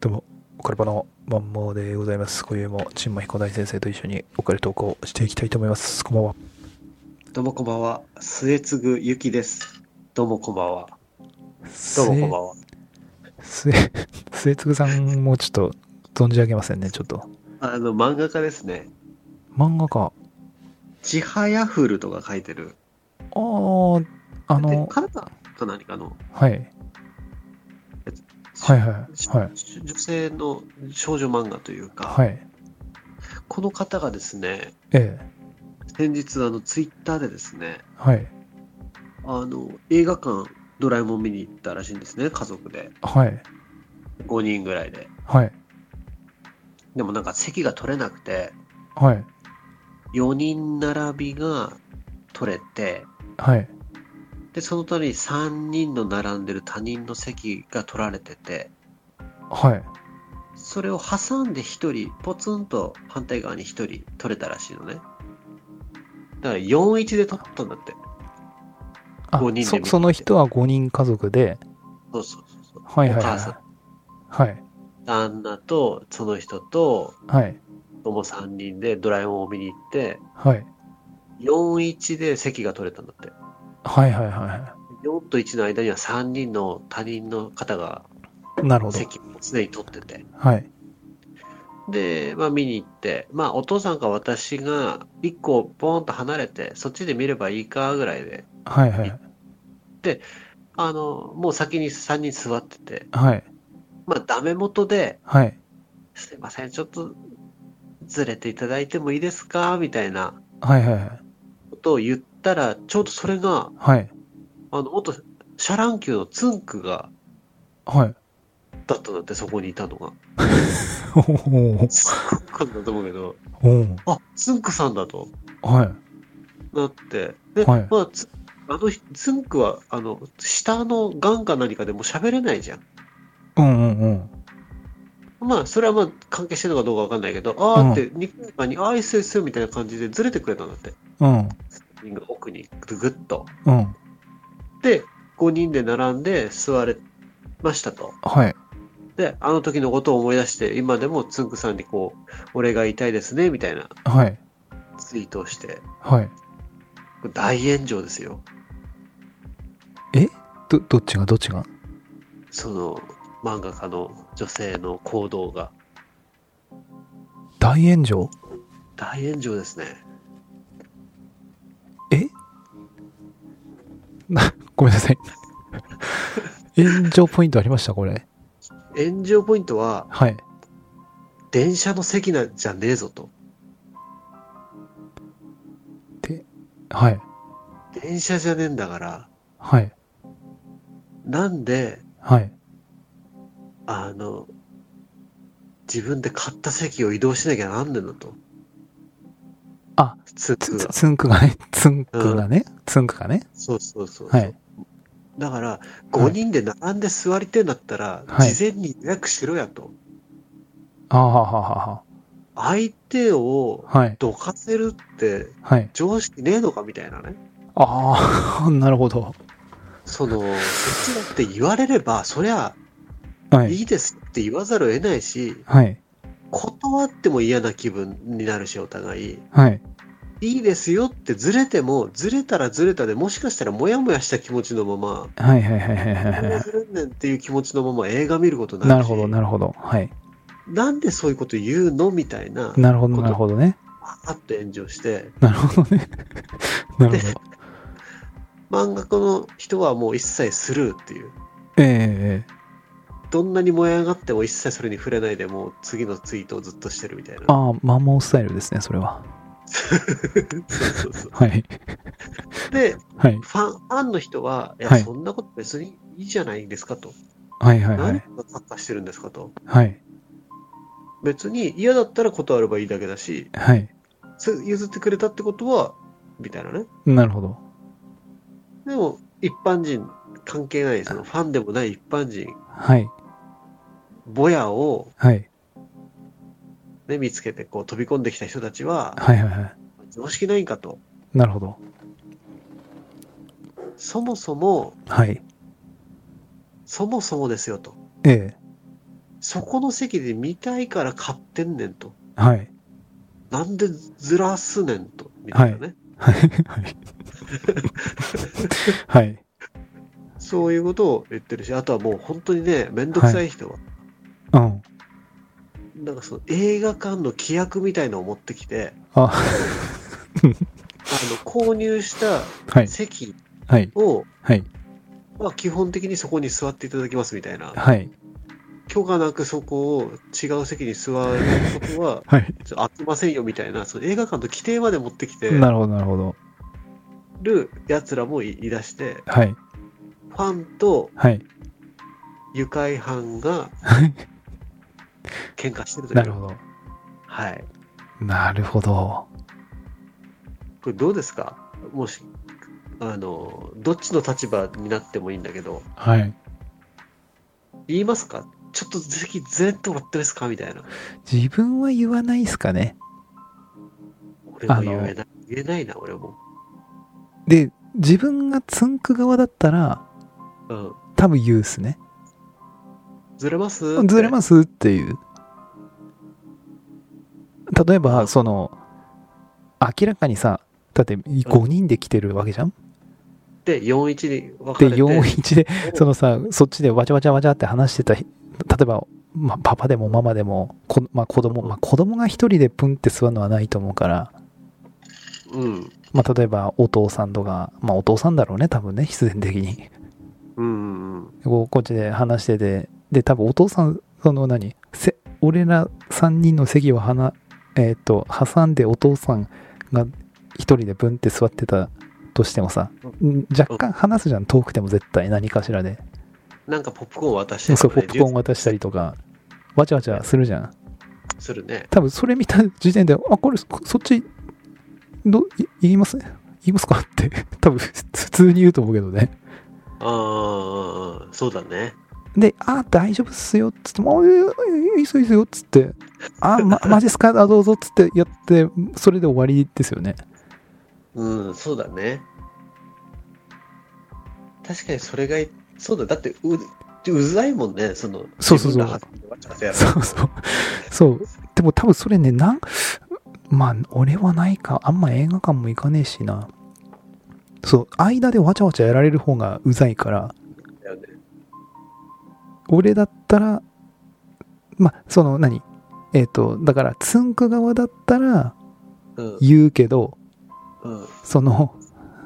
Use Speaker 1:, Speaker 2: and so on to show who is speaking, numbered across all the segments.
Speaker 1: どうも、オカルパの万能でございます。今宵も、陳馬彦大先生と一緒にオカル投稿していきたいと思います。こんばんは。
Speaker 2: どうもこんばんは。末継ゆきです。どうもこんばんは。どうもこんばんは。
Speaker 1: 末、末末次さんもちょっと存じ上げませんね、ちょっと。
Speaker 2: あの、漫画家ですね。
Speaker 1: 漫画家。
Speaker 2: ちはやふるとか書いてる。
Speaker 1: あー、あ
Speaker 2: で
Speaker 1: の、
Speaker 2: カナダか何かの、
Speaker 1: はい。はいはい
Speaker 2: し
Speaker 1: はい。
Speaker 2: し女性の少女漫画というか、
Speaker 1: はい。
Speaker 2: この方がですね、
Speaker 1: ええ。
Speaker 2: 先日あの、ツイッターでですね、
Speaker 1: はい。
Speaker 2: あの、映画館、ドラえもん見に行ったらしいんですね、家族で。
Speaker 1: はい。
Speaker 2: 5人ぐらいで。
Speaker 1: はい。
Speaker 2: でもなんか席が取れなくて、
Speaker 1: はい。
Speaker 2: 4人並びが取れて、
Speaker 1: はい。
Speaker 2: で、その隣に3人の並んでる他人の席が取られてて、
Speaker 1: はい。
Speaker 2: それを挟んで1人、ポツンと反対側に1人取れたらしいのね。だから4-1で取ったんだって。
Speaker 1: あ
Speaker 2: 五人で見
Speaker 1: そ、
Speaker 2: て
Speaker 1: その人は5人家族で、
Speaker 2: そうそうそうそう。
Speaker 1: はいはい
Speaker 2: お
Speaker 1: は
Speaker 2: 母
Speaker 1: い
Speaker 2: さん、。
Speaker 1: はい。
Speaker 2: 旦那と、その人と、
Speaker 1: はい。
Speaker 2: とも3人でドラえもんを見に行って、
Speaker 1: はい。
Speaker 2: 4-1で席が取れたんだって。
Speaker 1: はいはいは
Speaker 2: 4と1の間には3人の他人の方が
Speaker 1: い。なるほど。
Speaker 2: 席を常に取ってて。
Speaker 1: はい。
Speaker 2: で、まあ見に行って、まあお父さんか私が一個ポーンと離れて、そっちで見ればいいかぐらいで、
Speaker 1: はいはい。
Speaker 2: あの、もう先に3人座ってて、
Speaker 1: はい。
Speaker 2: まあダメ元で、
Speaker 1: はい。
Speaker 2: すいません、ちょっとずれていただいてもいいですかみたいな
Speaker 1: はいはいはい。
Speaker 2: ことを言ったら、ちょうどそれが、
Speaker 1: はい。
Speaker 2: あの、元シャラン級のツンクが、
Speaker 1: はい。
Speaker 2: だったんだって、そこにいたのが。
Speaker 1: おー
Speaker 2: ツンクさんだと思うけど、
Speaker 1: おー
Speaker 2: あ、ツンクさんだと。
Speaker 1: はい。
Speaker 2: なって、で、
Speaker 1: はい
Speaker 2: まあ、つあの、ズンクは、あの、下の癌か何かでもう喋れないじゃん。
Speaker 1: うんうんうん。
Speaker 2: まあ、それはまあ、関係してるのかどうかわかんないけど、あ
Speaker 1: うん
Speaker 2: ーって、にこやかに、あー、いっすよいっすよみたいな感じでずれてくれたんだって。
Speaker 1: うん。
Speaker 2: 奥に、ぐっと。
Speaker 1: うん。
Speaker 2: で、5人で並んで座れましたと。
Speaker 1: はい。
Speaker 2: で、あの時のことを思い出して、今でもつんくさんにこう、俺が痛いですね、みたいな
Speaker 1: はい。
Speaker 2: ツイートをして、
Speaker 1: はい。
Speaker 2: これ大炎上ですよ。
Speaker 1: ど、どっちがどっちが
Speaker 2: その、漫画家の女性の行動が。
Speaker 1: 大炎上
Speaker 2: 大炎上ですね。
Speaker 1: え な、ごめんなさい。炎上ポイントありましたこれ。
Speaker 2: 炎上ポイントは、
Speaker 1: はい。
Speaker 2: 電車の席なんじゃねえぞと。
Speaker 1: はい。
Speaker 2: 電車じゃねえんだから、
Speaker 1: はい。
Speaker 2: なんで、
Speaker 1: はい。
Speaker 2: あの、自分で買った席を移動しなきゃなんねんだと。
Speaker 1: あ、
Speaker 2: つっ
Speaker 1: つ、
Speaker 2: く
Speaker 1: つつんくがね。つんくがね。つんくがね。
Speaker 2: そうそうそう。
Speaker 1: はい。
Speaker 2: だから、5人で並んで座りてえんだったら、
Speaker 1: はい
Speaker 2: 事前に予約しろやと。
Speaker 1: あーはーはーは
Speaker 2: 相手を
Speaker 1: ーは。はい。
Speaker 2: どかせるって
Speaker 1: はい。
Speaker 2: 常識ねえのかみたいなね。
Speaker 1: ああ、 なるほど。
Speaker 2: その、こっちだって言われれば、そりゃ、
Speaker 1: はい。
Speaker 2: いいですって言わざるを得ないし、
Speaker 1: はい。
Speaker 2: 断っても嫌な気分になるし、お互い。
Speaker 1: はい。
Speaker 2: いいですよってずれても、ずれたらずれたで、もしかしたらモヤモヤした気持ちのまま、
Speaker 1: はいはいはいはいはいはい
Speaker 2: どう。するんねんっていう気持ちのまま映画見ることにな
Speaker 1: なる
Speaker 2: るし、
Speaker 1: ほど、なるほど。はい。
Speaker 2: なんでそういうこと言うのみたいな、
Speaker 1: なるほど、
Speaker 2: こと
Speaker 1: なるほどね。
Speaker 2: パーッと炎上して、
Speaker 1: なるほどね。 なるほど。
Speaker 2: 漫画家の人はもう一切スルーっていう。
Speaker 1: ええええ
Speaker 2: どんなに燃え上がっても一切それに触れないでもう次のツイートをずっとしてるみたいな。
Speaker 1: ああ、マンモースタイルですね、それは。
Speaker 2: そうそうそう
Speaker 1: はい。
Speaker 2: で、
Speaker 1: はい。
Speaker 2: ファン、ファンの人は、いや、
Speaker 1: はい
Speaker 2: そんなこと別にいいじゃないですかと。
Speaker 1: はいはいは
Speaker 2: 何
Speaker 1: い。
Speaker 2: が作家してるんですかと。
Speaker 1: はい。
Speaker 2: 別に嫌だったら断ればいいだけだし、
Speaker 1: はい。
Speaker 2: す譲ってくれたってことは、みたいなね。
Speaker 1: なるほど。
Speaker 2: でも、一般人、関係ない、そのファンでもない一般人、
Speaker 1: はい。
Speaker 2: ぼやを、
Speaker 1: はい。
Speaker 2: ね、見つけてこう飛び込んできた人たちは、
Speaker 1: はいはいはい。
Speaker 2: 常識ないんかと。
Speaker 1: なるほど。
Speaker 2: そもそも、
Speaker 1: はい。
Speaker 2: そもそもですよと。
Speaker 1: ええ
Speaker 2: そこの席で見たいから買ってんねんと。
Speaker 1: はい。
Speaker 2: なんでずらすねんと。みたいなね。
Speaker 1: はい。 はい。はい。
Speaker 2: そういうことを言ってるし、あとはもう本当にね、めんどくさい人は、
Speaker 1: うん。
Speaker 2: なんかその映画館の規約みたいのを持ってきて、
Speaker 1: あ、
Speaker 2: あの購入した
Speaker 1: はい。
Speaker 2: 席
Speaker 1: はい。
Speaker 2: を、
Speaker 1: はい。
Speaker 2: まあ、基本的にそこに座っていただきますみたいな、
Speaker 1: はい。
Speaker 2: 許可なくそこを違う席に座ることは、
Speaker 1: はい。
Speaker 2: ちょっとあきませんよみたいな、その映画館の規定まで持ってきて
Speaker 1: なるほど、なるほど。
Speaker 2: るやつらもいいらして、
Speaker 1: はい。
Speaker 2: ファンと
Speaker 1: はい。
Speaker 2: 愉快犯が
Speaker 1: はい
Speaker 2: 喧嘩してるという。
Speaker 1: なるほ
Speaker 2: はい。
Speaker 1: ど。なるほど。
Speaker 2: これどうですかもし、あの、どっちの立場になってもいいんだけど、
Speaker 1: はい。
Speaker 2: 言いますかちょっと席全ともらってですかみたいな。
Speaker 1: 自分は言わないですかね。
Speaker 2: 俺も
Speaker 1: あの
Speaker 2: 言えない。言えないな、俺も。
Speaker 1: で、自分がつんく側だったら、
Speaker 2: うん。
Speaker 1: 多分言うっすね。
Speaker 2: ずれます
Speaker 1: ずれ
Speaker 2: す。
Speaker 1: ますっていう。例えば、その、明らかにさ、だって5人で来てるわけじゃん
Speaker 2: で、41に分か
Speaker 1: で、
Speaker 2: れて。
Speaker 1: 41で、そのさ、そっちでわちゃわちゃわちゃって話してた、例えば、まあ、パパでもママでも、こまあ、子供、まあ、子供が一人でプンって座るのはないと思うから、
Speaker 2: うん。
Speaker 1: まあ、例えばお父さんとか、まあ、お父さんだろうね、多分ね、必然的に。
Speaker 2: うんうんうん。
Speaker 1: こうこっちで話してて、で、多分お父さん、その何、せ俺ら3人の席をはな、えっ、と、挟んでお父さんが一人でブンって座ってたとしてもさ、ん若干話すじゃん、遠くても絶対何かしらで。
Speaker 2: なんかポップコーン渡したり
Speaker 1: そ
Speaker 2: と
Speaker 1: う、ポ
Speaker 2: かね
Speaker 1: ップコーン渡したりとか、わちゃわちゃするじゃん。
Speaker 2: するね。
Speaker 1: 多分それ見た時点で、あ、これ、そそっち、ど、い言います言いますかって、多分普通に言うと思うけどね。
Speaker 2: ああ、そうだね。
Speaker 1: で、あ、大丈夫っすよ、つって、もう、いいっすよ、いいっすよ、つって、あ、ま、マジっすか、あどうぞ、つってやって、それで終わりですよね。
Speaker 2: うん、そうだね。確かにそれがい、そうだ、だってう、うざいもんね、その、
Speaker 1: そうそうそう
Speaker 2: 自分ら挟んでわちゃわちゃやる
Speaker 1: そうそう。そう。でも多分それね、なん、まあ、俺はないか、あんま映画館も行かねえしな。そう、間でわちゃわちゃやられる方がうざいから、
Speaker 2: んだよね。
Speaker 1: 俺だったら、まあ、その何、えっ、と、だから、つんく側だったら
Speaker 2: うん。
Speaker 1: 言うけど、
Speaker 2: うん。
Speaker 1: その、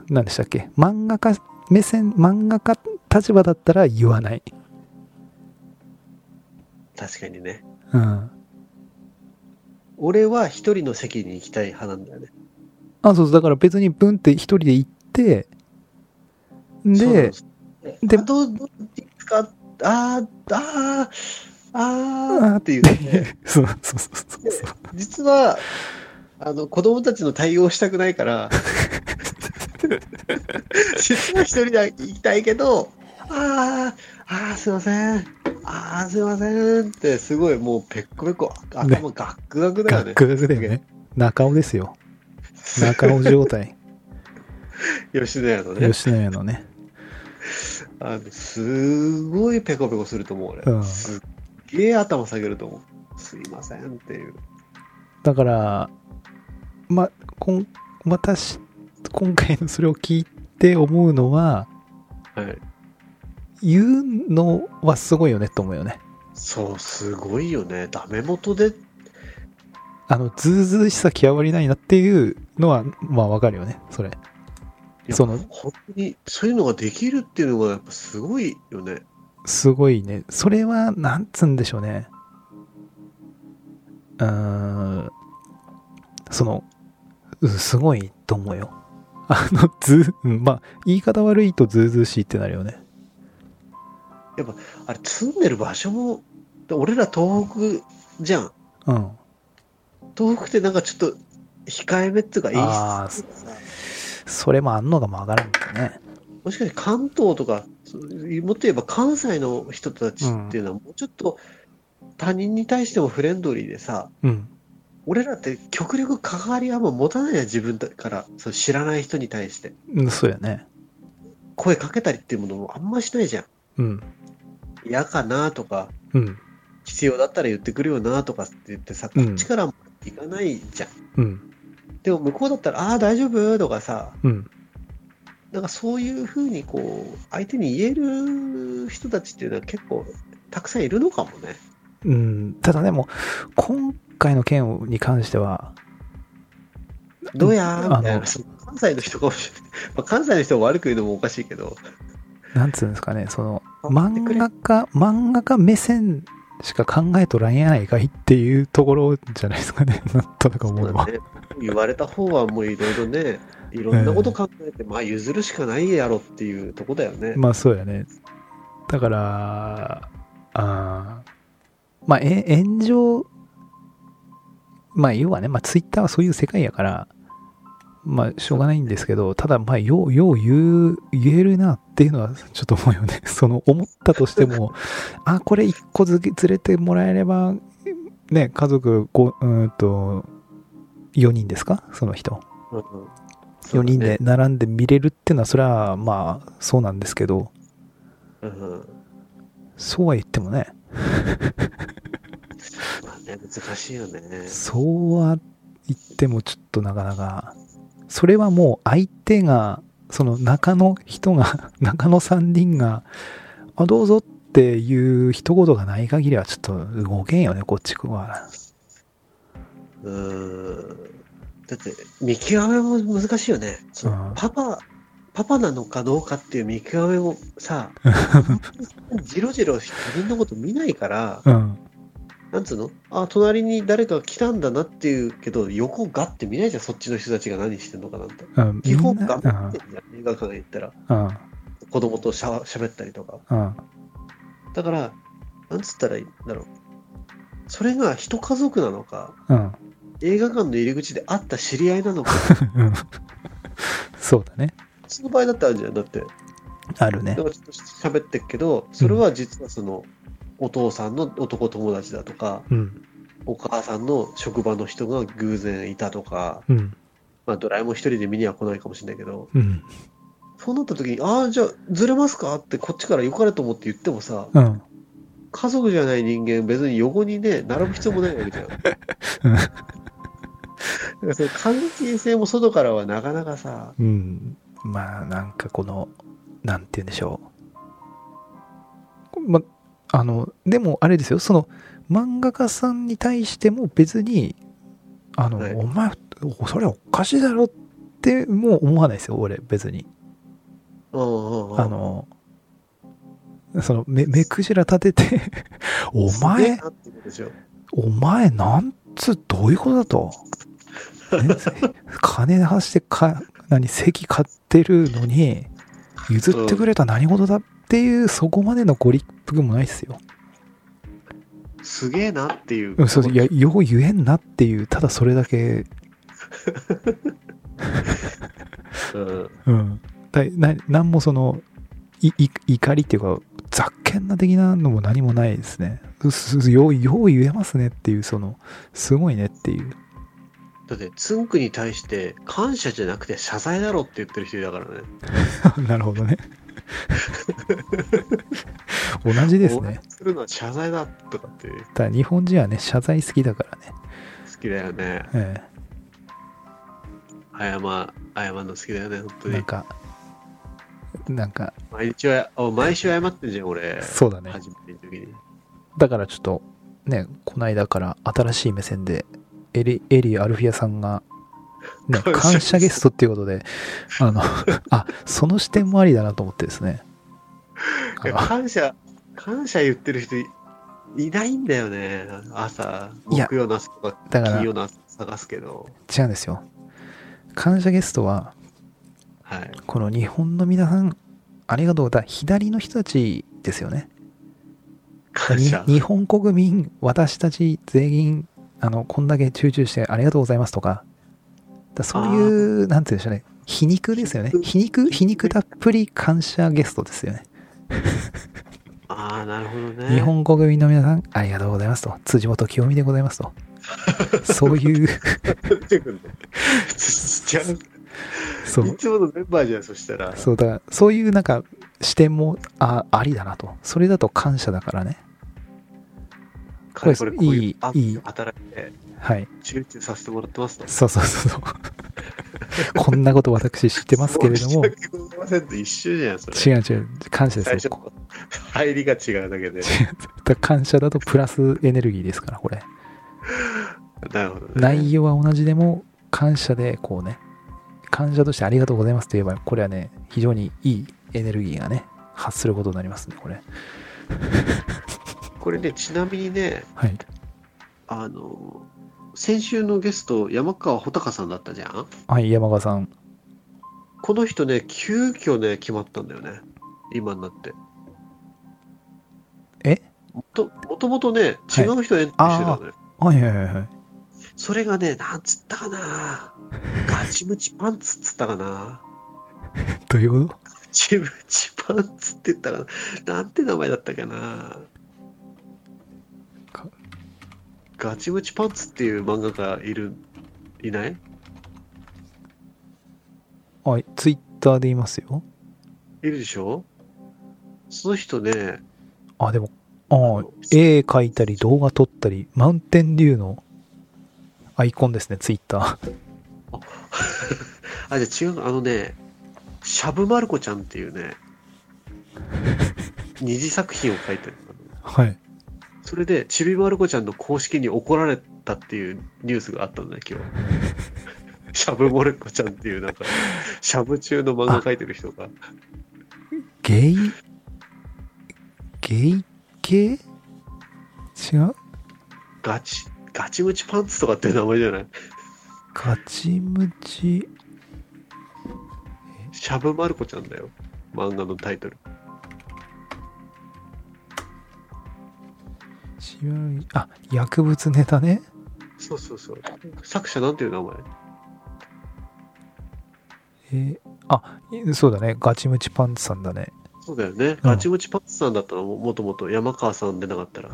Speaker 1: 何でしたっけ、漫画家目線、漫画家立場だったら言わない。
Speaker 2: 確かにね。
Speaker 1: うん。
Speaker 2: 俺は一人の席に行きたい派なんだよね。
Speaker 1: あ、そうそう、だから別にブンって一人で行って、
Speaker 2: そうなん
Speaker 1: で、
Speaker 2: す、
Speaker 1: で
Speaker 2: で、あどう、どうですかあー、あー、
Speaker 1: あ
Speaker 2: あ
Speaker 1: ー
Speaker 2: ーっていうね。
Speaker 1: そうそうそうそうそう。
Speaker 2: 実は、あの、子供たちの対応したくない から、実は一人で行きたいけど、あー、あー、すいません。あー、すいませんって、すごいもうペッコペコ、頭ガックガクだよね。
Speaker 1: 学学だよね。中尾ですよ。中尾状 態。
Speaker 2: 吉野家のね。
Speaker 1: 吉野家のね。
Speaker 2: あのすごいペコペコすると思う、俺。
Speaker 1: うん
Speaker 2: すっげえ頭下げると思う。すいませんっていう。
Speaker 1: だから、ま、こん、私、今回のそれを聞いて思うのは、
Speaker 2: はい。
Speaker 1: 言うのはすごいよねと思うよね。
Speaker 2: そう、すごいよね。ダメ元で、
Speaker 1: あの、ずうずうしさ極まりないなっていうのは、まあわかるよね、それ。
Speaker 2: や
Speaker 1: その、
Speaker 2: 本当に、そういうのができるっていうのが、やっぱすごいよね。
Speaker 1: すごいね。それは、なんつうんでしょうね。うーん、その、うんすごいと思うよ。 あの、ずう、うんまあ、言い方悪いとずうずうしいってなるよね。
Speaker 2: あれ、住んでる場所も、俺ら東北じゃん。
Speaker 1: うん。
Speaker 2: 東北ってなんかちょっと、控えめっていうか、演
Speaker 1: あー
Speaker 2: 出とかさ
Speaker 1: それもあんのが曲がらんだね。
Speaker 2: もしかして関東とか、そうもっと言えば関西の人たちっていうのは、もうちょっと、他人に対してもフレンドリーでさ、
Speaker 1: うん。
Speaker 2: 俺らって極力関わりはもう持たないや自分だからそう知らない人に対して
Speaker 1: うんそうやね。
Speaker 2: 声かけたりっていうものもあんましないじゃん
Speaker 1: うん。
Speaker 2: 嫌かなとか
Speaker 1: うん。
Speaker 2: 必要だったら言ってくるよなとかって言ってさ、こ
Speaker 1: うん
Speaker 2: っちからも行かないじゃん。
Speaker 1: うん、
Speaker 2: でも向こうだったら、ああ、大丈夫とかさ、
Speaker 1: うん、
Speaker 2: なんかそういうふうにこう、相手に言える人たちっていうのは結構たくさんいるのかもね。
Speaker 1: うん。ただでも、今回の件に関しては、
Speaker 2: どうや
Speaker 1: うん
Speaker 2: ーみたい
Speaker 1: あ
Speaker 2: な
Speaker 1: の。
Speaker 2: そう関西の人かもしれない。まあ、関西の人を悪く言うのもおかしいけど。
Speaker 1: なんつうんですかね、その、
Speaker 2: 待って
Speaker 1: 漫
Speaker 2: くれ
Speaker 1: 画家、漫画家目線しか考えとらんやないかいっていうところじゃないですかね、 なんとなく思うのは。
Speaker 2: そうだね言われた方はもういろいろね、いろんなこと考えて、まあ譲るしかないやろっていうとこだよね。
Speaker 1: まあそうやね。だから、あーまあ、え炎上、まあ要はね、まあツイッターはそういう世界やから、まあしょうがないんですけど、ただまあよう、よう言う、言えるなっていうのはちょっと思うよね。 その思ったとしても、あ、これ一個ずけ連れてもらえれば、ね、家族ご、うーんと、4人ですかその人。
Speaker 2: うん
Speaker 1: 4人で。並んで見れるっていうのは、それはまあそうなんですけど、
Speaker 2: そうだねうん
Speaker 1: そうは言ってもね、
Speaker 2: まあね、難しいよね。
Speaker 1: そうは言ってもちょっとなかなか、それはもう相手が、その中の人が、 中の3人が、あ、どうぞっていう一言がない限りはちょっと動けんよね、こっちは。
Speaker 2: うーん。だって、見極めも難しいよね。そ
Speaker 1: うん
Speaker 2: のパパ、パパなのかどうかっていう見極めも さ、じろじろ他人のこと見ないから、
Speaker 1: うん。
Speaker 2: なんつうのあ、隣に誰か来たんだなっていうけど、横ガッて見ないじゃん、そっちの人たちが何してんのかなんて。
Speaker 1: うん。
Speaker 2: 基本
Speaker 1: みん
Speaker 2: ガ
Speaker 1: な
Speaker 2: ッてんじゃん、映画館行ったら。
Speaker 1: うん。
Speaker 2: 子供としゃ喋ったりとか。
Speaker 1: うん。
Speaker 2: だから、なんつったらいいんだろう。それが一家族なのか、
Speaker 1: うん。
Speaker 2: 映画館の入り口で会った知り合い なのか、
Speaker 1: うん。そうだね。
Speaker 2: その場合だってあるじゃん。だって、
Speaker 1: ある
Speaker 2: な
Speaker 1: ね
Speaker 2: ん。かちょっと喋ってっけど、それは実はその、お父さんの男友達だとか、
Speaker 1: うん。
Speaker 2: お母さんの職場の人が偶然いたとか、
Speaker 1: うん。
Speaker 2: まあ、ドラえもん一人で見には来ないかもしれないけど、
Speaker 1: うん。
Speaker 2: そうなった時に、ああ、じゃあ、ずれますかってこっちから良かれと思って言ってもさ、
Speaker 1: うん。
Speaker 2: 家族じゃない人間、別に横にね、並ぶ必要もない わけじゃん。だからその関係性も外からはなかなかさ、
Speaker 1: うん、まあなんかこのなんて言うんでしょうまあのでもあれですよその漫画家さんに対しても別にあの、
Speaker 2: はい
Speaker 1: お前それおかしいだろってもう思わないですよ俺別に
Speaker 2: うんうんうん
Speaker 1: あのその目目くじら立ててお
Speaker 2: すげえ
Speaker 1: 前
Speaker 2: なってことでしょ
Speaker 1: お前なんつどういうことだと、ね金出してか何席買ってるのに譲ってくれた何事だっていうそこまでのご立腹もないですよ、
Speaker 2: すげえなっていう。
Speaker 1: うん、そういやよう言えんなっていうただそれだけ
Speaker 2: うん
Speaker 1: うんだな何もそのいい怒りっていうか雑見な的なのも何もないですねすすようよう言えますねっていうそのすごいねっていう
Speaker 2: だって、つんくに対して感謝じゃなくて謝罪だろって言ってる人だからね。
Speaker 1: なるほどね。同じですね。
Speaker 2: するのは謝罪だとかって好
Speaker 1: ただ日本人はね、謝罪好きだからね。
Speaker 2: きだよね。
Speaker 1: え
Speaker 2: 謝、謝るの好きだよね、本
Speaker 1: え
Speaker 2: 当
Speaker 1: なん
Speaker 2: に。
Speaker 1: か、なんか、
Speaker 2: 毎日は、あ毎週謝ってんじゃん、俺。
Speaker 1: そうだね。
Speaker 2: 初めての時に。
Speaker 1: だからちょっと、ね、こないだから新しい目線で、エリ、エリアルフィアさんが、ね、
Speaker 2: 感謝
Speaker 1: 感謝ゲストっていうことで、あ の、あ、その視点もありだなと思ってですね。
Speaker 2: いや
Speaker 1: あの
Speaker 2: 感謝、感謝言ってる人いいないんだよね。朝、
Speaker 1: いや
Speaker 2: 木曜の朝とか、
Speaker 1: だから
Speaker 2: 金曜の朝探すけど。
Speaker 1: 違うんですよ。感謝ゲストは、
Speaker 2: はい。
Speaker 1: この日本の皆さん、ありがとうだ、左の人たちですよね。
Speaker 2: 感
Speaker 1: に
Speaker 2: 謝。
Speaker 1: 日本国民、私たち全員、あの、こんだけ集中してありがとうございますとか、だそういう、なんて言うんでしょうね、皮肉ですよね。皮肉、皮肉たっぷり感謝ゲストですよね。
Speaker 2: ああ、なるほどね。
Speaker 1: 日本国民の皆さん、ありがとうございますと。辻元清美でございます と。そういう、
Speaker 2: 出てくるね。ちゃう。
Speaker 1: そ、
Speaker 2: いうつものメンバーじゃん、そしたら。
Speaker 1: そうだから、そういうなんか視点もあありだなと。それだと感謝だからね。
Speaker 2: かれこれこう
Speaker 1: いい
Speaker 2: い
Speaker 1: う
Speaker 2: ア
Speaker 1: い
Speaker 2: ッ
Speaker 1: い
Speaker 2: プ働いて
Speaker 1: はい。
Speaker 2: 集中させてもらってますと。
Speaker 1: そうそうそうそう。こんなこと私知ってますけれども、違
Speaker 2: 100%一緒じゃん、それ。
Speaker 1: う違う、感謝
Speaker 2: 最
Speaker 1: です
Speaker 2: 初
Speaker 1: よ。
Speaker 2: の入りが違うだけで。
Speaker 1: だから感謝だとプラスエネルギーですから、これ。
Speaker 2: なるほど、ね。
Speaker 1: 内容は同じでも、感謝でこうね、感謝としてありがとうございますと言えば、これはね、非常にいいエネルギーがね、発することになりますね、これ。
Speaker 2: これね、ちなみにね、
Speaker 1: はい。
Speaker 2: あの、先週のゲスト、山川穂高さんだったじゃん
Speaker 1: はい、山川さん。
Speaker 2: この人ね、急遽ね、決まったんだよね。今になって。
Speaker 1: え
Speaker 2: もともともとね、違う人エントリーしてたのよ。
Speaker 1: はいはいはいはい。
Speaker 2: それがね、なんつったかな。ガチムチパンツっつったかな。
Speaker 1: どういうこ
Speaker 2: ガチムチパンツって言ったかな。なんて名前だったかな
Speaker 1: か。
Speaker 2: ガチムチパンツっていう漫画家いる、いない
Speaker 1: とはい、ツイッターで言いますよ。
Speaker 2: いるでしょその人ね、
Speaker 1: あ、でも、ああ、絵描いたり動画撮ったり、マウンテンデューのアイコンですね、ツイッター。
Speaker 2: あ、じゃあ違う、あのね、シャブマルコちゃんっていうね、二次作品を書いてる
Speaker 1: はい。
Speaker 2: それで、ちびまる子ちゃんの公式に怒られたっていうニュースがあったんだね、今 日。しゃぶもれっこちゃんっていう、なんか、しゃぶ中の漫画描いてる人が。
Speaker 1: ゲイゲイ系違う
Speaker 2: ガチ、ガチムチパンツとかっていう名前じゃない
Speaker 1: ガチムチ。
Speaker 2: しゃぶまる子ちゃんだよ。漫画のタイトル。
Speaker 1: 違うあ、薬物ネタね。
Speaker 2: そうそうそう。作者なんていう名前
Speaker 1: えーあ、いそうだね。ガチムチパンツさんだね。
Speaker 2: そうだよね。ガチムチパンツさんだったらも、もともと山川さんでなかったら。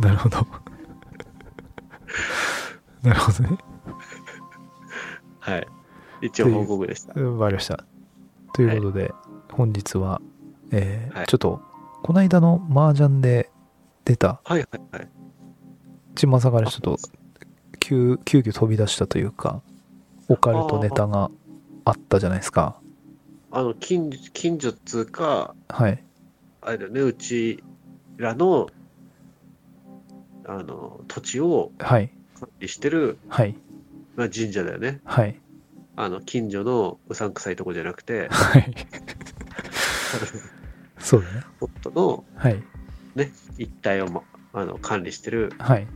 Speaker 1: なるほど。 なるほどね。
Speaker 2: はい。一応報告でした。
Speaker 1: わかりました。ということで、本日は、えー
Speaker 2: はい
Speaker 1: ちょっと、この間の麻雀で出た、
Speaker 2: はいはいはい。
Speaker 1: ちまさからちょっと、急、急遽飛び出したというか、オカルトネタがあったじゃないですか。
Speaker 2: あの、近近所っつうか、
Speaker 1: はい。
Speaker 2: あれだよね、うちらの、あの、土地を
Speaker 1: はい。
Speaker 2: 管理してる、
Speaker 1: はい。
Speaker 2: まあ、神社だよね。
Speaker 1: はい。、
Speaker 2: あの、近所のうさんくさいとこじゃなくて
Speaker 1: はい。そうだね。
Speaker 2: ポットの
Speaker 1: はい。
Speaker 2: 一帯を、ま、あの管理してる
Speaker 1: はい。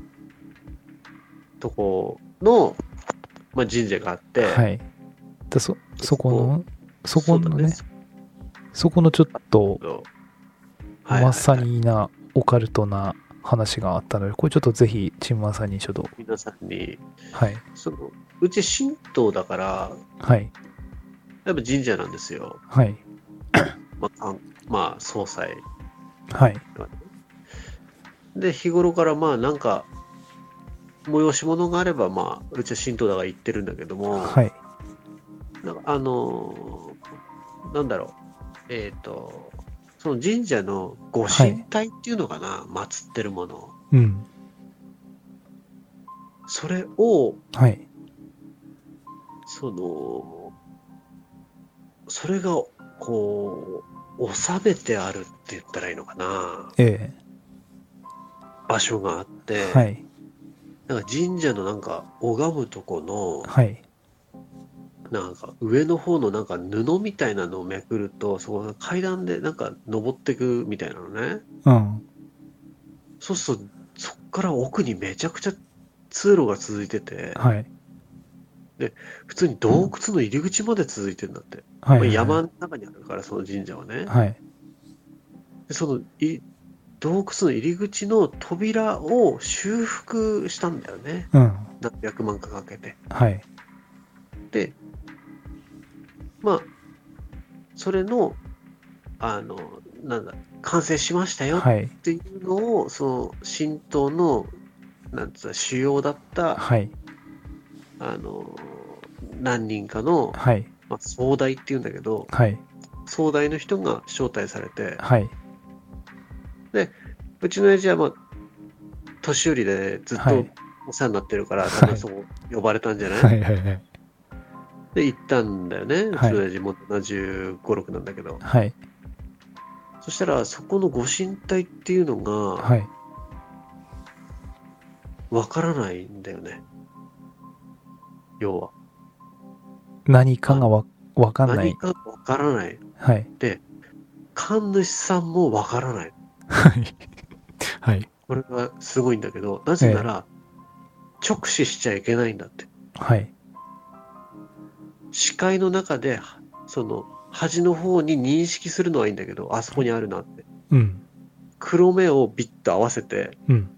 Speaker 2: とこの、まあ、神社があって、
Speaker 1: はい。だそ、そこの、そこのね、そ
Speaker 2: そう
Speaker 1: このちょっと、
Speaker 2: だねはい
Speaker 1: まさにな、オカルトな話があったので、これちょっとぜひ、ちんまさんにちょっと、
Speaker 2: 皆さんに、
Speaker 1: はい。
Speaker 2: その、うち神道だから、
Speaker 1: はい。
Speaker 2: やっぱ神社なんですよ。
Speaker 1: はい。
Speaker 2: まあ、あんまあ、総裁。
Speaker 1: はい。
Speaker 2: で、日頃からまあなんか、催し物があれば、まあ、うちは神道だから行ってるんだけども、
Speaker 1: はい。
Speaker 2: なんかあのーなんだろう、えっ、と、その神社のご神体っていうのかな、祀ってるもの。
Speaker 1: うん。
Speaker 2: それを、
Speaker 1: はい。
Speaker 2: その、それが、こう、収めてあるって言ったらいいのかな
Speaker 1: え
Speaker 2: 場所があって、
Speaker 1: えはい。
Speaker 2: なんか神社のなんか拝むとこの、
Speaker 1: はい。
Speaker 2: なんか上の方のなんか布みたいなのをめくると、そこの階段でなんか登ってくみたいなのね。
Speaker 1: うん。
Speaker 2: そうすると、そっから奥にめちゃくちゃ通路が続いてて、
Speaker 1: はい。
Speaker 2: 普通に洞窟の入り口まで続いてるんだって。
Speaker 1: はい。
Speaker 2: まあ
Speaker 1: はい
Speaker 2: 山の中にあるから、その神社はね。
Speaker 1: はい。
Speaker 2: でそのい洞窟の入り口の扉を修復したんだよね。
Speaker 1: うん。
Speaker 2: 何百万かかけて。
Speaker 1: はい。
Speaker 2: で、まあ、それの、あの、なんだ、完成しましたよっ
Speaker 1: はい。
Speaker 2: ていうのを、その、神道の、なんつうの、主要だった、
Speaker 1: はい。
Speaker 2: あの、何人かの、
Speaker 1: はい。
Speaker 2: まあ、総代っていうんだけど、
Speaker 1: はい。
Speaker 2: 総代の人が招待されて、
Speaker 1: はい。
Speaker 2: うちの親父はまあ、年寄りでずっ
Speaker 1: は
Speaker 2: と
Speaker 1: い
Speaker 2: お世話になってるから、
Speaker 1: はい
Speaker 2: 多分そこ呼ばれたんじゃない、
Speaker 1: はいはいはい。
Speaker 2: で、行ったんだよね。うち
Speaker 1: はい
Speaker 2: の親父も75、6なんだけど。
Speaker 1: はい。
Speaker 2: そしたら、そこのご神体っていうのが、
Speaker 1: はい。
Speaker 2: わからないんだよね。要は。
Speaker 1: 何かがわ、わかんな
Speaker 2: 何
Speaker 1: い。
Speaker 2: かわからない。
Speaker 1: はい。
Speaker 2: 神主さんもわからない。
Speaker 1: はい。はい。
Speaker 2: これがすごいんだけど、なぜなら、直視しちゃいけないんだって。
Speaker 1: はい。
Speaker 2: 視界の中で、その、端の方に認識するのはいいんだけど、あそこにあるなって。
Speaker 1: うん。
Speaker 2: 黒目をビッと合わせて、
Speaker 1: うん。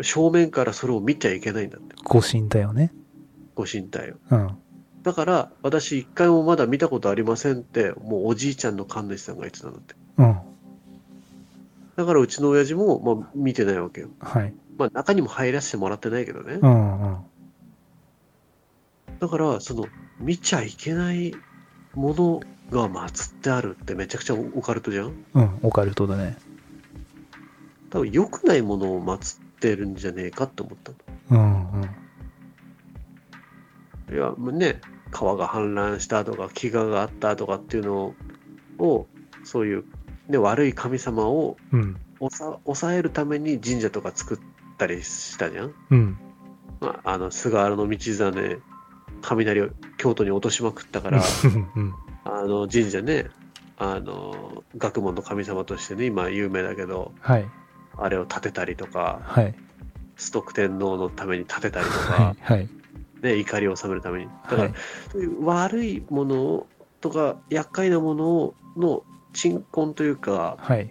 Speaker 2: 正面からそれを見ちゃいけないんだって、
Speaker 1: 誤信だよね。
Speaker 2: ご神体を。
Speaker 1: うん。
Speaker 2: だから、私一回もまだ見たことありませんって、もうおじいちゃんの神主さんが言ってたんだって。
Speaker 1: うん。
Speaker 2: だからうちの親父も、まあ、見てないわけよ。
Speaker 1: はい。
Speaker 2: まあ、中にも入らせてもらってないけどね
Speaker 1: う。んうん。
Speaker 2: だから、その、見ちゃいけないものが祀ってあるってめちゃくちゃオカルトじゃん
Speaker 1: うん。オカルトだね。
Speaker 2: 多分良くないものを祀ってるんじゃねえかって思った
Speaker 1: うんうん。
Speaker 2: の。いや、もうね、川が氾濫したとか、飢餓があったとかっていうのを、そういう、ね、悪い神様を
Speaker 1: うん。
Speaker 2: 抑抑えるために神社とか作ったりしたじゃん、
Speaker 1: うん。
Speaker 2: まあ、あの菅原道真雷を京都に落としまくったか
Speaker 1: からうん。
Speaker 2: あの神社ねあの学問の神様としてね今有名だけど
Speaker 1: はい。
Speaker 2: あれを建てたりとか
Speaker 1: はい。
Speaker 2: 崇徳天皇のために建てたりと
Speaker 1: は
Speaker 2: か、
Speaker 1: い。はい。
Speaker 2: ね、怒りを収めるためにだから、
Speaker 1: はい。
Speaker 2: そういう悪いものをとか厄介なものをの鎮魂というか
Speaker 1: はい。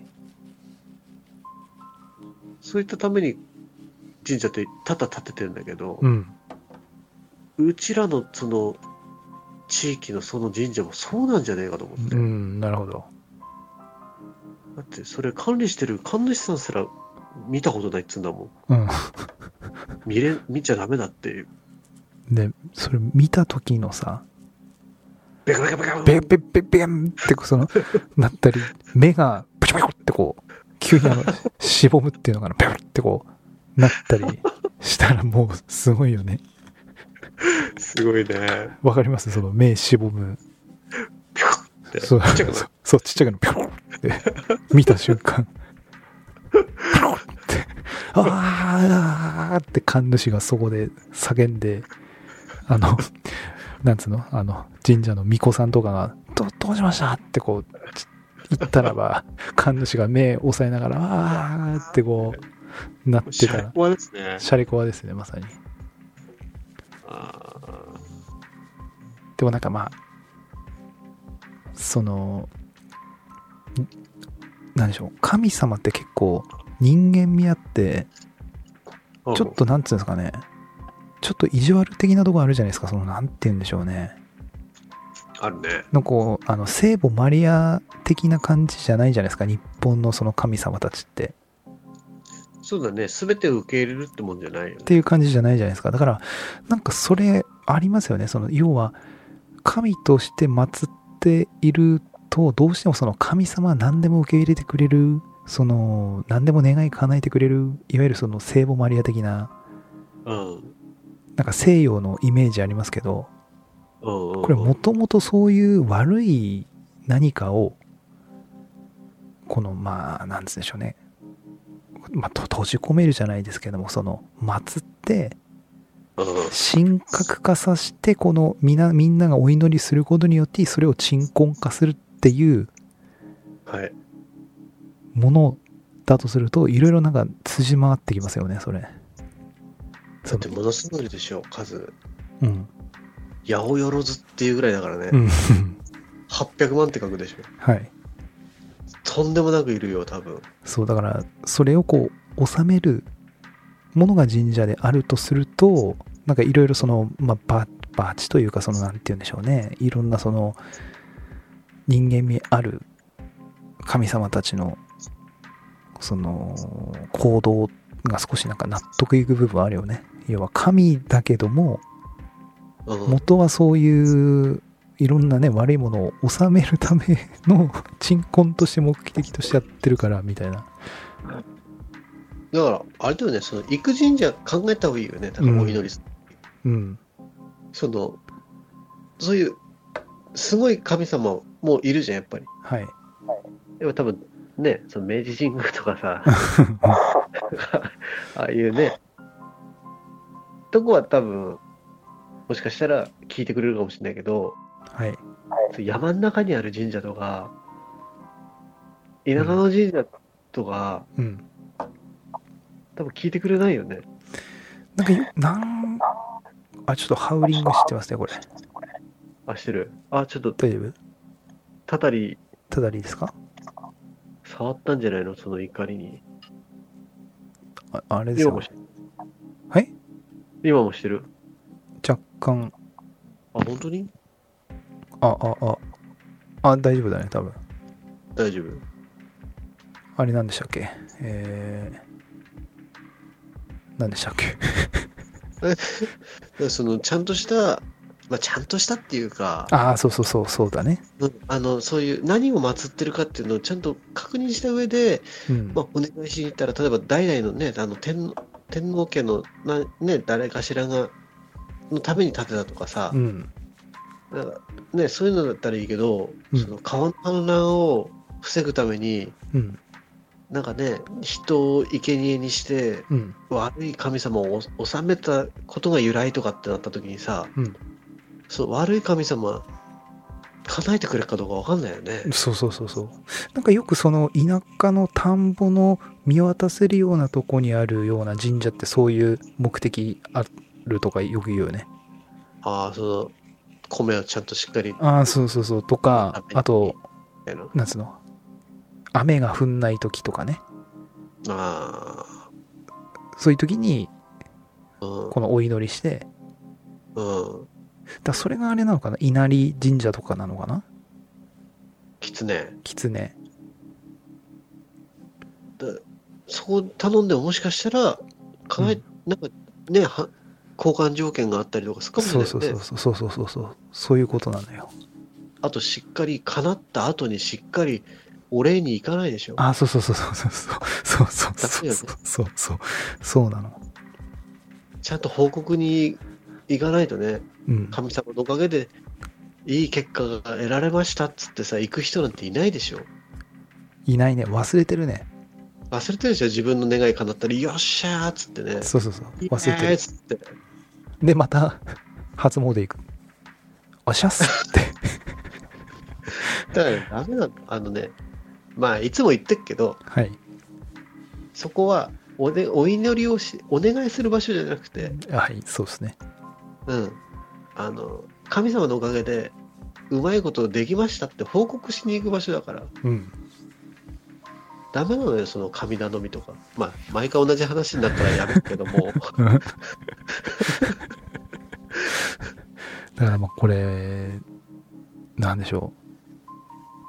Speaker 2: そういったために神社ってただ建ててるんだけど、
Speaker 1: うん。
Speaker 2: うちらのその地域のその神社もそうなんじゃねえかと思って、
Speaker 1: うん。なるほど。
Speaker 2: だってそれ管理してる神主さんすら見たことないっつうんだもん
Speaker 1: うん。
Speaker 2: 見れ見ちゃダメだっていう
Speaker 1: で、それ見た時のさ、
Speaker 2: ベカベカベカ
Speaker 1: ベンベンベンベンってこうその、なったり、目がパチパチってこう、急にあの、しぼむっていうのかな、ベンってこう、なったりしたらもうすごいよね。
Speaker 2: すごいね
Speaker 1: わかりますその目しぼむ。
Speaker 2: ピョッて
Speaker 1: そう、
Speaker 2: ちっちゃくなる
Speaker 1: そうそう、ちっちゃくの、ピョンって、見た瞬間、ピョンって、あーあーって神主がそこで叫んで、あの、なんつうのあの、神社の巫女さんとかが、ど、どうしましたってこう、ち言ったらば、神主が目を押さえながら、あーってこう、なって
Speaker 2: シ
Speaker 1: た
Speaker 2: ャレ
Speaker 1: ら、
Speaker 2: コアですね
Speaker 1: シャレコアですね、まさに。
Speaker 2: あー
Speaker 1: でもなんかまあそのんなんでしょう神様って結構人間味あって
Speaker 2: うん
Speaker 1: ちょっとなんつうんですかねちょっと意地悪的なとこあるじゃないですかそのなんて言うんでしょうね
Speaker 2: あるね
Speaker 1: なんかこうあの聖母マリア的な感じじゃないじゃないですか日本のその神様たちって
Speaker 2: そうだね全てを受け入れるってもんじゃないよね
Speaker 1: っていう感じじゃないじゃないですかだからなんかそれありますよねその要は神として祀っているとどうしてもその神様は何でも受け入れてくれるその何でも願い叶えてくれるいわゆるその聖母マリア的な
Speaker 2: うん
Speaker 1: なんか西洋のイメージありますけど
Speaker 2: うんうん
Speaker 1: これもともとそういう悪い何かをこのまあなんつうんでしょうねまあと閉じ込めるじゃないですけどもその祀って
Speaker 2: うん
Speaker 1: 神格化させてこのみなみんながお祈りすることによってそれを鎮魂化するっていう
Speaker 2: はい
Speaker 1: ものだとするといろいろなんか辻回ってきますよねそれ
Speaker 2: だってものすごいでしょ数
Speaker 1: うん
Speaker 2: 八百万っていうぐらいだからね、
Speaker 1: うん
Speaker 2: 800万って書くでしょ
Speaker 1: はい
Speaker 2: とんでもなくいるよ多分
Speaker 1: そうだからそれをこう収めるものが神社であるとするとなんかいろいろその、まあ、ババチというかそのなんて言うんでしょうねいろんなその人間味ある神様たちのその行動が少しなんか納得いく部分あるよね要は神だけども
Speaker 2: うん
Speaker 1: 元はそういういろんなね悪いものを収めるための鎮魂として目的としてやってるからみたいな
Speaker 2: だから、あれだよね、その、行く神社考えた方がいいよね、多分お祈りする、
Speaker 1: うん。
Speaker 2: その、そういう、すごい神様もいるじゃん、やっぱり。
Speaker 1: はい。
Speaker 2: でも多分、ね、その明治神宮とか さ、ああいうね、とこは多分、もしかしたら聞いてくれるかもしれないけど、
Speaker 1: はい。
Speaker 2: そう山の中にある神社とか、田舎の神社とか、
Speaker 1: うん。
Speaker 2: 多分聞いてくれないよね。
Speaker 1: なんかよ、なん、あ、ちょっとハウリングしてますね、これ。
Speaker 2: あ、してる。あ、ちょっと、
Speaker 1: 大丈夫
Speaker 2: たたり
Speaker 1: ただでいいですか
Speaker 2: 触ったんじゃないのその怒りに。
Speaker 1: ああれです
Speaker 2: 今
Speaker 1: よ
Speaker 2: もしてる。
Speaker 1: はい
Speaker 2: 今もしてる。
Speaker 1: 若干、
Speaker 2: あ、本当に
Speaker 1: あ、あ、あ、あ、大丈夫だね、多分。
Speaker 2: 大丈夫。
Speaker 1: あれなんでしたっけえー、なんでしたっけ
Speaker 2: だからそのちゃんとした、まあ、ちゃんとしたっていうか、
Speaker 1: ああ、そうそうそう、そうだね。
Speaker 2: うんあのそういう何を祀ってるかっていうのをちゃんと確認した上で、
Speaker 1: うん
Speaker 2: ま。あ、お願いしに行ったら、例えば代々のね、あの天天皇家のな、ね、誰かしらがのために建てたとかさ
Speaker 1: う、ん。
Speaker 2: なんかね、そういうのだったらいいけど、
Speaker 1: うん
Speaker 2: その川の氾濫を防ぐために、
Speaker 1: うん。
Speaker 2: なんかね、人を生贄にして、
Speaker 1: うん。
Speaker 2: 悪い神様をお治めたことが由来とかってなった時にさ、
Speaker 1: うん
Speaker 2: そう悪い神様叶えてくれるかどうかわかんないよね。
Speaker 1: そうそうそうそう。なんかよくその田舎の田んぼの見渡せるようなとこにあるような神社ってそういう目的あるとかよく言うよね。
Speaker 2: ああその米をちゃんとしっかりみ
Speaker 1: ああ、そうそうそう。とか、あと、
Speaker 2: たいな。
Speaker 1: なんつうの雨が降んない時とかね。
Speaker 2: あ
Speaker 1: そういう時に、
Speaker 2: あうん
Speaker 1: このお祈りして、
Speaker 2: うん
Speaker 1: だからそれがあれなのかな稲荷神社とかなのかな
Speaker 2: 狐
Speaker 1: 狐。
Speaker 2: そこ頼んでももしかしたら叶え、
Speaker 1: うん
Speaker 2: なんかねは交換条件があったりとかするかもしれ
Speaker 1: そうそ
Speaker 2: ないよ
Speaker 1: う
Speaker 2: ね。
Speaker 1: そうそうそうそうそうそう。そういうことなのよ。
Speaker 2: あとしっかり叶った後にしっかりお礼に行かないでしょ。
Speaker 1: あ、そうそうそうそうそうそうそうそうそうそうそうそうそうなの。
Speaker 2: ちゃんと報告に行かないとね。
Speaker 1: うん。
Speaker 2: 神様のおかげでいい結果が得られましたっつってさ行く人なんていないでしょ
Speaker 1: いないね。忘れてるね。
Speaker 2: 忘れてるでしょ自分の願い叶ったらよっしゃーっつってね
Speaker 1: そうそうそう。忘れ
Speaker 2: イエー
Speaker 1: て
Speaker 2: イっつって
Speaker 1: る。で、また、初詣行く。おっしゃっす って。
Speaker 2: だからねダメなのあのねまあいつも言ってるけど
Speaker 1: はい。
Speaker 2: そこはお,、ね、お祈りをしお願いする場所じゃなくて
Speaker 1: はい、そうですね。
Speaker 2: うんあの神様のおかげでうまいことできましたって報告しに行く場所だから
Speaker 1: うん。
Speaker 2: ダメなのよその神頼みとかまあ毎回同じ話になったらやめるけど も
Speaker 1: だからまあこれ、なんでしょう。だか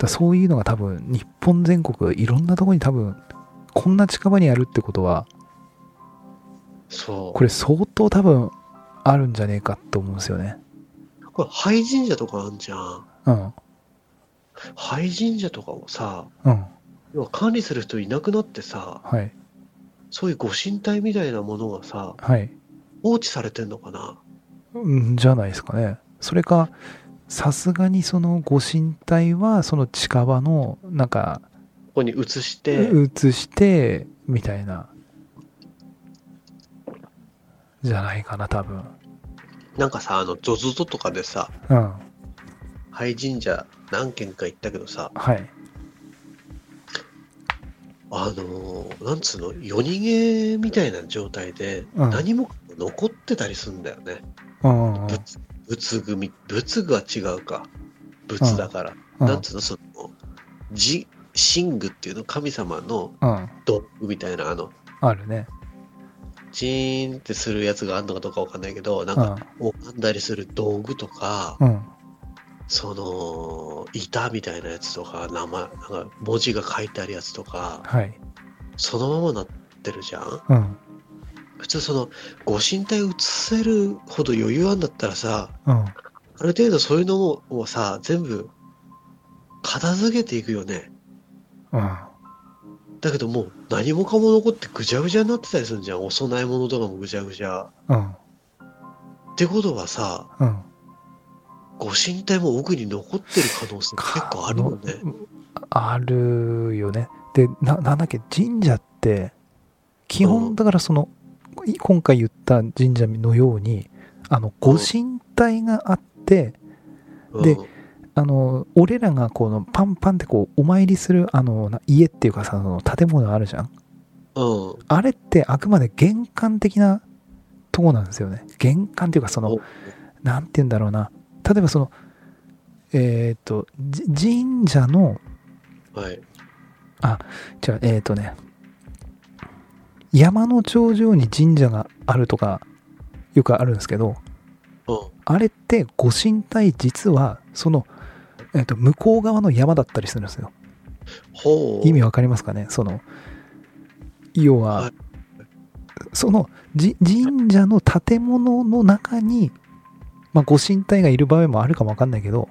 Speaker 1: らそういうのが多分、日本全国、いろんなとこに多分、こんな近場にあるってことは、
Speaker 2: そう
Speaker 1: これ相当多分、あるんじゃねえかと思うんですよね。
Speaker 2: これ、廃神社とかあんじゃん。
Speaker 1: うん。
Speaker 2: 廃神社とかをさ、
Speaker 1: うん。
Speaker 2: 要は管理する人いなくなってさ、
Speaker 1: はい。
Speaker 2: そういうご神体みたいなものがさ、
Speaker 1: はい。
Speaker 2: 放置されてんのかな
Speaker 1: うんじゃないですかね。それか、さすがにそのご神体は、その近場の、なんか、
Speaker 2: ここに移して、
Speaker 1: 移して、みたいな、じゃないかな、多分。
Speaker 2: なんかさ、あの、ゾゾゾとかでさ、
Speaker 1: うん。
Speaker 2: 廃神社何軒か行ったけどさ、
Speaker 1: はい。
Speaker 2: あのーなんつうの、夜逃げみたいな状態で、
Speaker 1: うん
Speaker 2: 何も残ってたりすんだよね。
Speaker 1: うんうんうん。
Speaker 2: 仏仏組、仏具は違うか。仏だから。
Speaker 1: うん
Speaker 2: なんつうの、その、じ、神具っていうの、神様の
Speaker 1: うん。
Speaker 2: 道具みたいな、あの、
Speaker 1: あるね。
Speaker 2: チーンってするやつがあるのかどうかわかんないけど、なん
Speaker 1: う
Speaker 2: か、
Speaker 1: ん。
Speaker 2: 拝んだりする道具とか、
Speaker 1: うん。
Speaker 2: その、板みたいなやつとか、名前、なんか文字が書いてあるやつとか、
Speaker 1: はい。
Speaker 2: そのままなってるじゃん
Speaker 1: うん。
Speaker 2: 普通その、ご神体移せるほど余裕あんだったらさ、
Speaker 1: うん。
Speaker 2: ある程度そういうのももうさ、全部、片付けていくよね。
Speaker 1: うん。
Speaker 2: だけどもう何もかも残ってぐちゃぐちゃになってたりするじゃん。お供え物とかもぐちゃぐちゃ。
Speaker 1: うん。
Speaker 2: ってことはさ、
Speaker 1: うん。
Speaker 2: ご神体も奥に残ってる可能性が結構あるもんね。
Speaker 1: ああるよね。で、な、なんだっけ、神社って、基
Speaker 2: うん
Speaker 1: 本、だからその、い今回言った神社のように、あの、ご神体があって、
Speaker 2: うん、
Speaker 1: であの、俺らがこのパンパンってこう、お参りする、あの、な家っていうかさ、その建物あるじゃん。
Speaker 2: うん。
Speaker 1: あれってあくまで玄関的なとこなんですよね。玄関っていうかその
Speaker 2: お、
Speaker 1: なんて言うんだろうな。例えばその、えっ、と、じ神社の、
Speaker 2: はい。
Speaker 1: じゃあえっ、とね、山の頂上に神社があるとか、よくあるんですけど、
Speaker 2: う
Speaker 1: あれってご神体実は、その、えっ、と、向こう側の山だったりするんですよ。
Speaker 2: ん。ほう。
Speaker 1: 意味わかりますかねその、要は、
Speaker 2: はい
Speaker 1: そのじ神社の建物の中に、まあ、ご神体がいる場合もあるかもわかんないけど、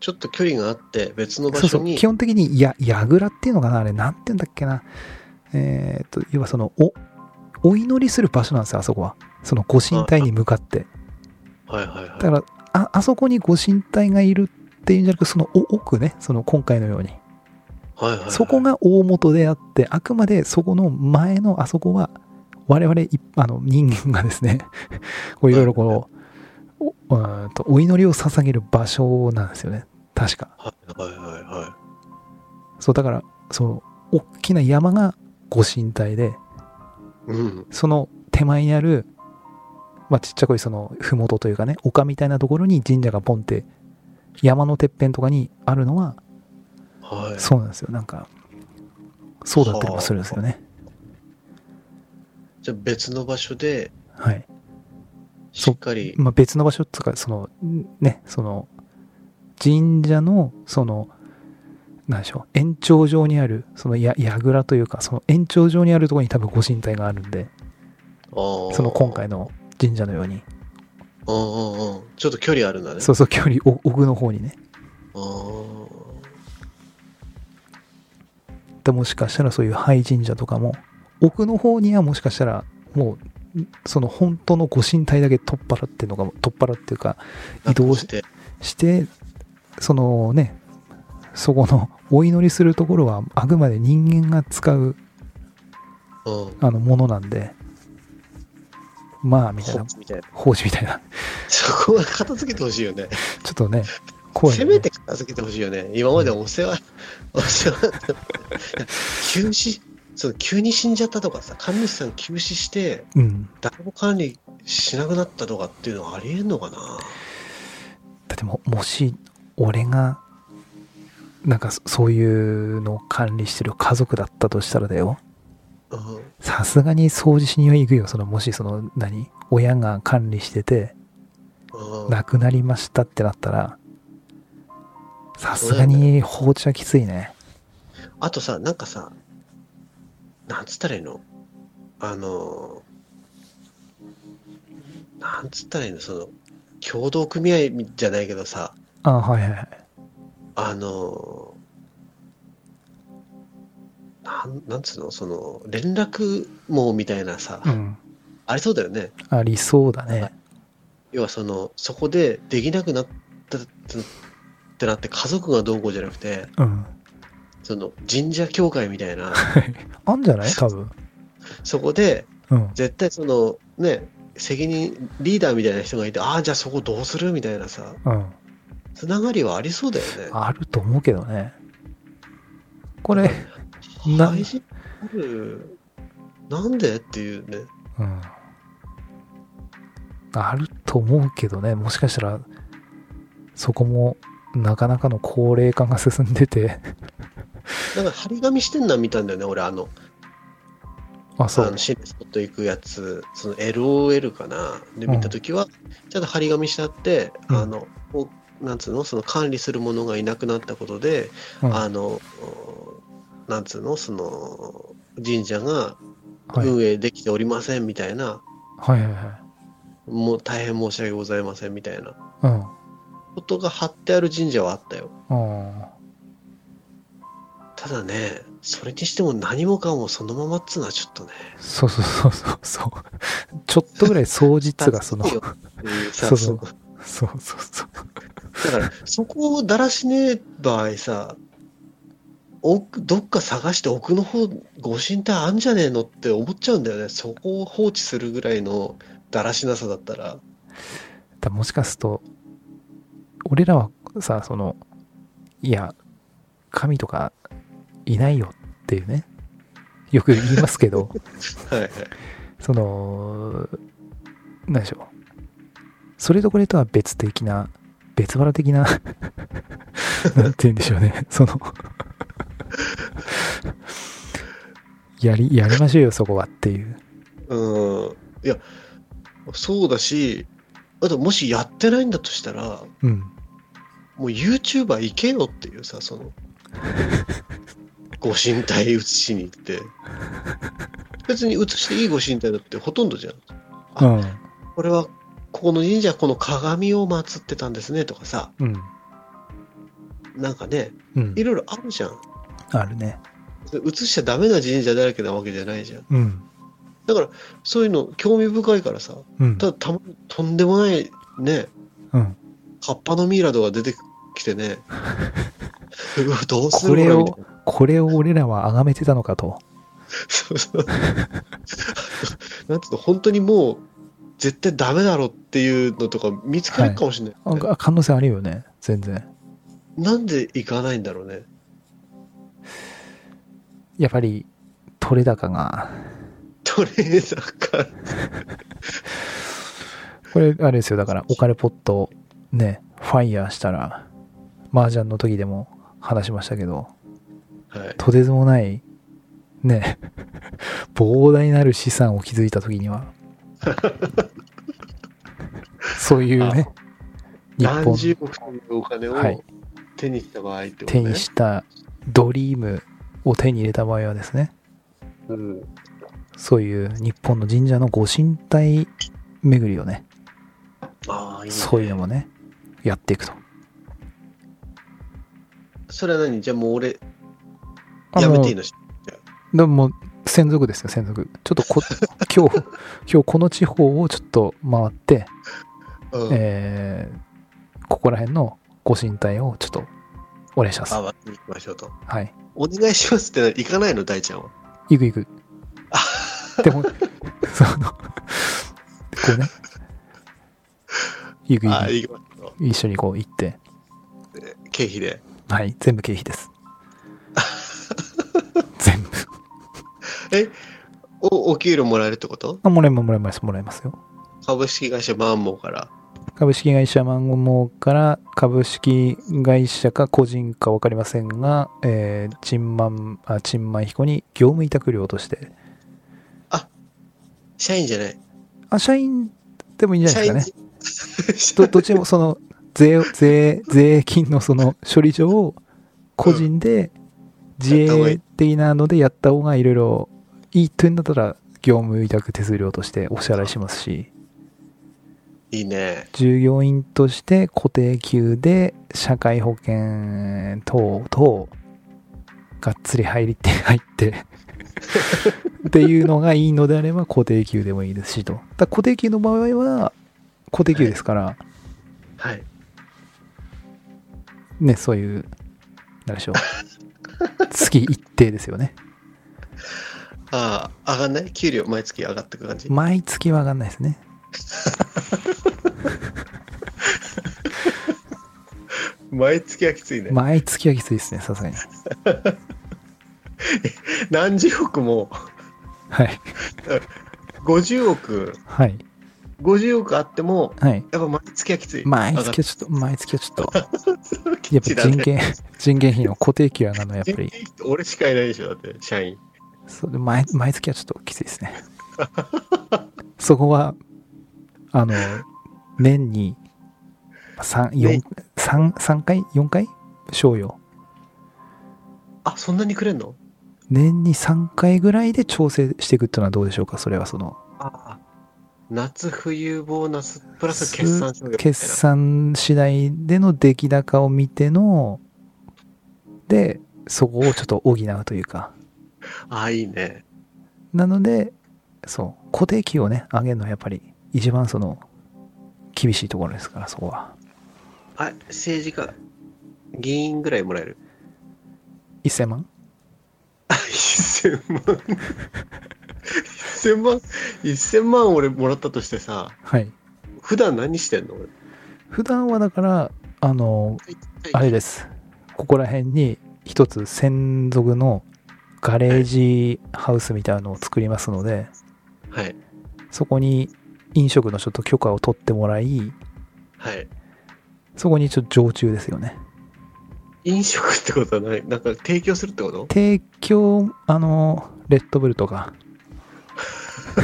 Speaker 2: ちょっと距離があって、別の場
Speaker 1: そう
Speaker 2: 所
Speaker 1: そう、
Speaker 2: に。
Speaker 1: 基本的にや、やぐらっていうのかなあれ、なんて言うんだっけな。えーっと、要はその、お、お祈りする場所なんですよ、あそこは。そのご神体に向かって。
Speaker 2: はいはいは
Speaker 1: だ
Speaker 2: い。
Speaker 1: から、あ、あそこにご神体がいるっていうんじゃなくて、そのお奥ね、その今回のように。
Speaker 2: はいはいはい、
Speaker 1: そこが大元であって、あくまでそこの前のあそこは、我々一あの人間がですね、 こういろいろこう、おうーんとお祈りを捧げる場所なんですよね。確か。
Speaker 2: はいはいはいは
Speaker 1: そう、だから、そう、大きな山がご神体で、
Speaker 2: い。うん。
Speaker 1: その手前にある、まあ、ちっちゃこいその、ふもとというかね、丘みたいなところに神社がポンって、山のてっぺんとかにあるのは、
Speaker 2: はい。
Speaker 1: そうなんですよ。なんか、そうだったりもするんですよね。
Speaker 2: じゃあ別の場所で、
Speaker 1: はい。
Speaker 2: しっかり。
Speaker 1: まあ、別の場所っていうかそのんねその神社のその何でしょう延長上にあるそのや櫓というかその延長上にあるところに多分ご神体があるんで
Speaker 2: そ
Speaker 1: その今回の神社のように
Speaker 2: うんうんうん。ちょっと距離あるんだね。
Speaker 1: そうそう距離お奥の方にね
Speaker 2: あー
Speaker 1: でもしかしたらそういう廃神社とかも奥の方にはもしかしたらもうんその本当のご神体だけ取っ払ってるのかも取っ払っていうか移動し
Speaker 2: して。
Speaker 1: してそのねそこのお祈りするところはあくまで人間が使う
Speaker 2: うん。
Speaker 1: あのものなんでまあみたい
Speaker 2: ほ
Speaker 1: な
Speaker 2: っみたいな。
Speaker 1: 奉仕みたいな
Speaker 2: そこは片付けてほしいよね。
Speaker 1: ちょっとね 怖いよ
Speaker 2: せ
Speaker 1: ね、
Speaker 2: めて片付けてほしいよね。今までお世話、お世話だ った。急死、そう、急に死んじゃったとかさ、神主さん急死して、
Speaker 1: うん
Speaker 2: 誰も管理しなくなったとかっていうのはありえんのかな
Speaker 1: だってももし俺がなんかそそういうのを管理してる家族だったとしたらだよ
Speaker 2: うん。
Speaker 1: さすがに掃除しには行くよそのもしその何親が管理してて
Speaker 2: うん
Speaker 1: なくなりましたってなったら、さすがに放置はきついね。
Speaker 2: あとさ、なんかさ、なんつったらいいのあのー、なんつったらいいのその、協同組合じゃないけどさ、
Speaker 1: あはいはいはい。
Speaker 2: あのー、なん、なんつうのその、連絡網みたいなさ、
Speaker 1: うん。
Speaker 2: ありそうだよね。
Speaker 1: ありそうだね。
Speaker 2: 要はその、そこでできなくなったってってなって、家族がどうこうじゃなくて、
Speaker 1: うん。
Speaker 2: その、神社協会みたいな、
Speaker 1: あんじゃ ない多分。
Speaker 2: そこで、
Speaker 1: うん。
Speaker 2: 絶対そのね責任リーダーみたいな人がいてああじゃあそこどうするみたいなさ
Speaker 1: うん。
Speaker 2: つながりはありそうだよね
Speaker 1: あると思うけどね。これ、な
Speaker 2: 大事あるなんでっていうね
Speaker 1: うん。あると思うけどね。もしかしたら、そこも、なかなかの高齢化が進んでて、
Speaker 2: なんか張り紙してんな見たんだよね俺あの
Speaker 1: あ、そ
Speaker 2: あ
Speaker 1: う
Speaker 2: の。シネスポット行くやつその LOL かなで
Speaker 1: うん
Speaker 2: 見た時は、ちゃんと張り紙してあって、
Speaker 1: うん
Speaker 2: あのこうなんつうのその管理するものがいなくなったことで
Speaker 1: うん
Speaker 2: あのおなんつうのその神社が
Speaker 1: はい、はい
Speaker 2: 運営できておりませんみたいな、
Speaker 1: はいはい。
Speaker 2: もう大変申し訳ございませんみたいな
Speaker 1: うん。
Speaker 2: ことが貼ってある神社はあったよ。
Speaker 1: あ
Speaker 2: ただね、それにしても何もかもそのままっつうのはちょっとね。
Speaker 1: そうそうそうそうそう。ちょっとぐらい相実がそ の、
Speaker 2: 助
Speaker 1: そう
Speaker 2: けよっていうさ
Speaker 1: そう
Speaker 2: そ
Speaker 1: そううそうそう。
Speaker 2: だから、そこをだらしねえ場合さ、奥、どっか探して奥の方、ご神体あんじゃねえのって思っちゃうんだよね。そこを放置するぐらいのだらしなさだったら。
Speaker 1: だもしかすると俺らはさそのいや神とかいないよっていうねよく言いますけど
Speaker 2: はいはい。
Speaker 1: その何でしょうそれとこれとは別的な別腹的 ななんて言うんでしょうねそのやりやりましょうよそこはっていう
Speaker 2: うん。いや、そうだし、あともしやってないんだとしたら、
Speaker 1: うん
Speaker 2: もう YouTuber 行けよっていうさ、その、ご神体移しに行って。別に移していいご神体だってほとんどじゃん。
Speaker 1: うん
Speaker 2: これは、ここの神社はこの鏡を祀ってたんですねとかさ、
Speaker 1: うん
Speaker 2: なんかね、
Speaker 1: うん
Speaker 2: いろいろあるじゃん。
Speaker 1: あるね
Speaker 2: 移しちゃダメな神社だらけなわけじゃないじゃん。
Speaker 1: うん
Speaker 2: だから、そういうの興味深いからさ、
Speaker 1: うん
Speaker 2: ただたまにとんでもないね、
Speaker 1: うん
Speaker 2: 葉っぱのミイラとか出てきてね、 うわどうする
Speaker 1: これを
Speaker 2: 俺みたいな
Speaker 1: これを俺らは崇めてたのかと。
Speaker 2: そうそう。なんつうの、本当にもう、絶対ダメだろっていうのとか見つけるかもしれない、
Speaker 1: ああ可能性あるよね、全然。
Speaker 2: なんで行かないんだろうね。
Speaker 1: やっぱり、取れ高が。
Speaker 2: トレーダーか。
Speaker 1: これ、あれですよ、だから、お金ポット、ね、ファイヤーしたら、麻雀の時でも話しましたけど、
Speaker 2: はい。
Speaker 1: とてつもない、ね、 膨大なる資産を築いた時に は、そういうね、日
Speaker 2: 何
Speaker 1: 本
Speaker 2: 十億というお金を
Speaker 1: はい
Speaker 2: 手にした場合ってこと
Speaker 1: 手
Speaker 2: ね。
Speaker 1: にしたドリームを手に入れた場合はですね、
Speaker 2: うん。
Speaker 1: そういう日本の神社のご神体巡りをね、
Speaker 2: ああ、いいね。
Speaker 1: そういうのもね、やっていくと。
Speaker 2: それは何じゃあもう俺、
Speaker 1: あ
Speaker 2: や
Speaker 1: の
Speaker 2: めていいのし
Speaker 1: でももう専属ですよ、専属。ちょっと こ、今日、今日この地方をちょっと回って、
Speaker 2: うん。
Speaker 1: えーここら辺のご神体をちょっとお願いします
Speaker 2: あ、。割っていきましょうと。
Speaker 1: はい。
Speaker 2: お願いしますって行かないの、大ちゃんは。
Speaker 1: 行く行く。でも、その、こうね、行く行
Speaker 2: ああ、
Speaker 1: く。
Speaker 2: 行きますよ
Speaker 1: 一緒にこう行って、
Speaker 2: 経費で。
Speaker 1: はい、全部経費です。全部。
Speaker 2: お、お給料もらえるってこと
Speaker 1: あ、もらえます、もらえます、もらえますよ。
Speaker 2: 株式会社マンモーから。
Speaker 1: 株式会社マンゴモーから株式会社か個人か分かりませんが、えー、チンマン、あ、チンマン彦に業務委託料として、
Speaker 2: 社員じゃない。
Speaker 1: あ、社員でもいいんじゃ
Speaker 2: 社
Speaker 1: ない
Speaker 2: 員
Speaker 1: で
Speaker 2: です
Speaker 1: かね。ど、どっちでもその、税、税、税金のその処理上を個人で自
Speaker 2: やった方がい
Speaker 1: 営
Speaker 2: い
Speaker 1: 的なのでやった方がいろいろいいというんだったら、業務委託手数料としてお支払いしますし、
Speaker 2: いいね。
Speaker 1: 従業員として固定給で社会保険等々がっつり入りて入ってっていうのがいいのであれば固定給でもいいですしとだから固定給の場合は固定給ですから、
Speaker 2: はい。
Speaker 1: ねそういう何でしょう月一定ですよね
Speaker 2: ああ、上がんない給料毎月上がってく感じ。
Speaker 1: 毎月は上がんないですね
Speaker 2: 毎月はきついね。
Speaker 1: 毎月はきついですねさすがに
Speaker 2: 何十億も、
Speaker 1: はい
Speaker 2: 50億、
Speaker 1: はい
Speaker 2: 50億あっても、
Speaker 1: はい
Speaker 2: やっぱ毎月はきつい。
Speaker 1: 毎
Speaker 2: 上が
Speaker 1: 月はちょっと毎月はちょっとや
Speaker 2: っ
Speaker 1: っぱ
Speaker 2: ちだね
Speaker 1: 人件、人件費の固定給上がるのはやっ
Speaker 2: 人
Speaker 1: ぱり
Speaker 2: 件費って俺しかいないでしょ、だって、社員。
Speaker 1: そう毎毎月はちょっときついですね そこはあの年に3
Speaker 2: ね
Speaker 1: 四三三回4回賞与
Speaker 2: あ、そんなにくれんの
Speaker 1: 年に3回ぐらいで調整していくっていうのはどうでしょうかそれはその
Speaker 2: ああ。夏冬ボーナス、プラス決算賞与みたいな。
Speaker 1: 決算次第での出来高を見てのでそこをちょっと補うというか。
Speaker 2: ああ、いいね。
Speaker 1: なので、そう、固定給をね、上げるのはやっぱり一番その、厳しいところですから、そこは。
Speaker 2: あ、政治家、議員ぐらいもらえる。
Speaker 1: 1000万
Speaker 2: あ、1000万。1000万、1000万俺もらったとしてさ、
Speaker 1: はい。
Speaker 2: 普段何してんの俺。
Speaker 1: 普段はだから、あの、あれです。ここら辺に一つ専属のガレージハウスみたいなのを作りますので、
Speaker 2: はい。
Speaker 1: そこに飲食のちょっと許可を取ってもらい、
Speaker 2: はい。
Speaker 1: そこにちょっと常駐ですよね。
Speaker 2: 飲食ってことはない。なんか提供するってこと
Speaker 1: 提供、あの、レッドブルとか、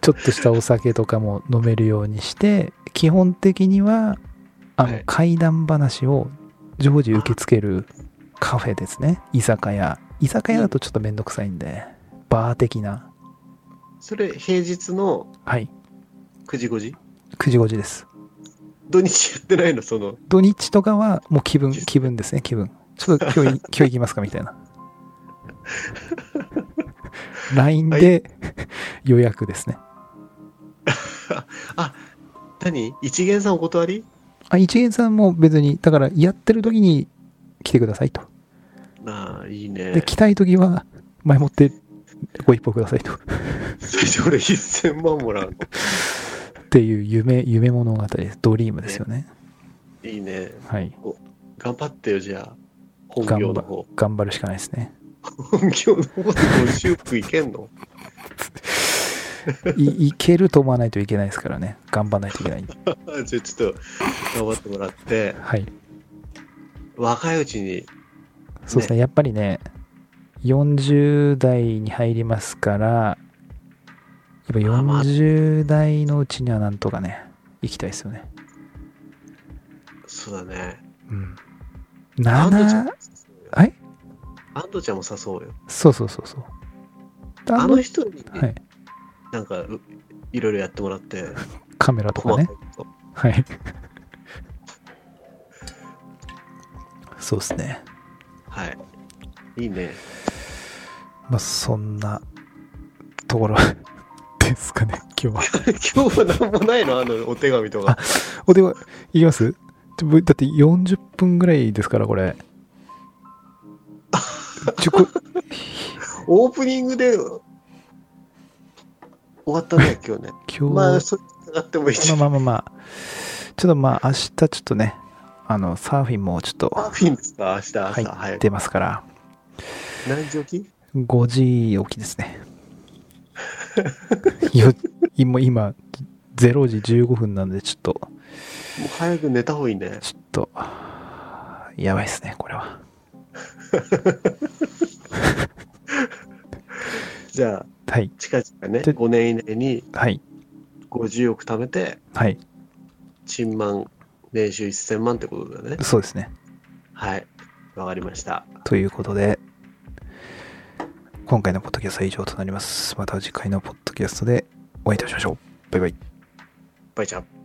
Speaker 1: ちょっとしたお酒とかも飲めるようにして、基本的には、あの、
Speaker 2: はい
Speaker 1: 怪談話を常時受け付けるカフェですね。居酒屋。居酒屋だとちょっとめんどくさいんで、バー的な。
Speaker 2: それ平日の
Speaker 1: はい。
Speaker 2: 9時5時
Speaker 1: 9時5時です。
Speaker 2: 土日やってないのその。
Speaker 1: 土日とかはもう気分、気分ですね、気分。ちょっと今日い、今日行きますかみたいな。LINE で 予約ですね。
Speaker 2: 何一元さんお断り
Speaker 1: あ、一元さんも別に、だからやってる時に来てくださいと。
Speaker 2: ああ、いいね
Speaker 1: で、。来たい時は前もってご一報くださいと。 っ
Speaker 2: それじゃ俺1000万もらう
Speaker 1: ていう夢、夢物語です。ドリームですよね。
Speaker 2: の。いいね。
Speaker 1: はい。
Speaker 2: 頑張ってよ、じゃあ。本
Speaker 1: 頑
Speaker 2: 業の
Speaker 1: 張
Speaker 2: 方。
Speaker 1: 頑張るしかないですね。
Speaker 2: 本業の方で50億いけんの
Speaker 1: い、いけると思わないといけないですからね。頑張らないといけない。
Speaker 2: あじゃあちょっと頑張ってもらって、
Speaker 1: はい。
Speaker 2: 若いうちに、
Speaker 1: そうですねやっぱりね、40代に入りますから、やっぱ
Speaker 2: あまあ
Speaker 1: 40代のうちにはなんとかね、行きたいですよね。
Speaker 2: そうだね。
Speaker 1: うん。
Speaker 2: 安藤ちゃん
Speaker 1: 7
Speaker 2: も、誘おうよ
Speaker 1: はい
Speaker 2: 安藤ちゃんも誘おうよ。
Speaker 1: そうそうそうそう。で
Speaker 2: あの人に、
Speaker 1: はい、
Speaker 2: なんか、ういろいろやってもらって、
Speaker 1: カメラとかね。
Speaker 2: こと
Speaker 1: はい。 そうですね。
Speaker 2: はい。いい ね。
Speaker 1: まあ、そんなところですかね、今日は。
Speaker 2: 今日は何もないのあのお手紙とか。
Speaker 1: おでは、いきますちょだって40分ぐらいですから、これ。ちょ こ
Speaker 2: オープニングで終わったね、 今日ね。
Speaker 1: 今日、
Speaker 2: まあ、それなってもいいじゃん。
Speaker 1: まあまあまあまあ、ちょっとまあ、明日ちょっとね、あの、サーフィンもちょっと
Speaker 2: サーフィンですか明日朝。は
Speaker 1: 入っ
Speaker 2: い。
Speaker 1: てますから、
Speaker 2: 何時起き
Speaker 1: 5時起きです ね。よ今、今、0時15分なんで、ちょっと、
Speaker 2: もう早く寝た方がいいね。
Speaker 1: ちょっと、やばいですね、これは。
Speaker 2: じゃあ、
Speaker 1: はい、
Speaker 2: 近々ね、
Speaker 1: で
Speaker 2: 5年以内に
Speaker 1: はい、
Speaker 2: 50億貯めて、
Speaker 1: はい、
Speaker 2: 賃満、年収1000万ってことだよね。
Speaker 1: そうですね。
Speaker 2: はい。わかりました。
Speaker 1: ということで、今回のポッドキャストは以上となります。また次回のポッドキャストでお会いいたしましょう。バイバイ。
Speaker 2: バイちゃん。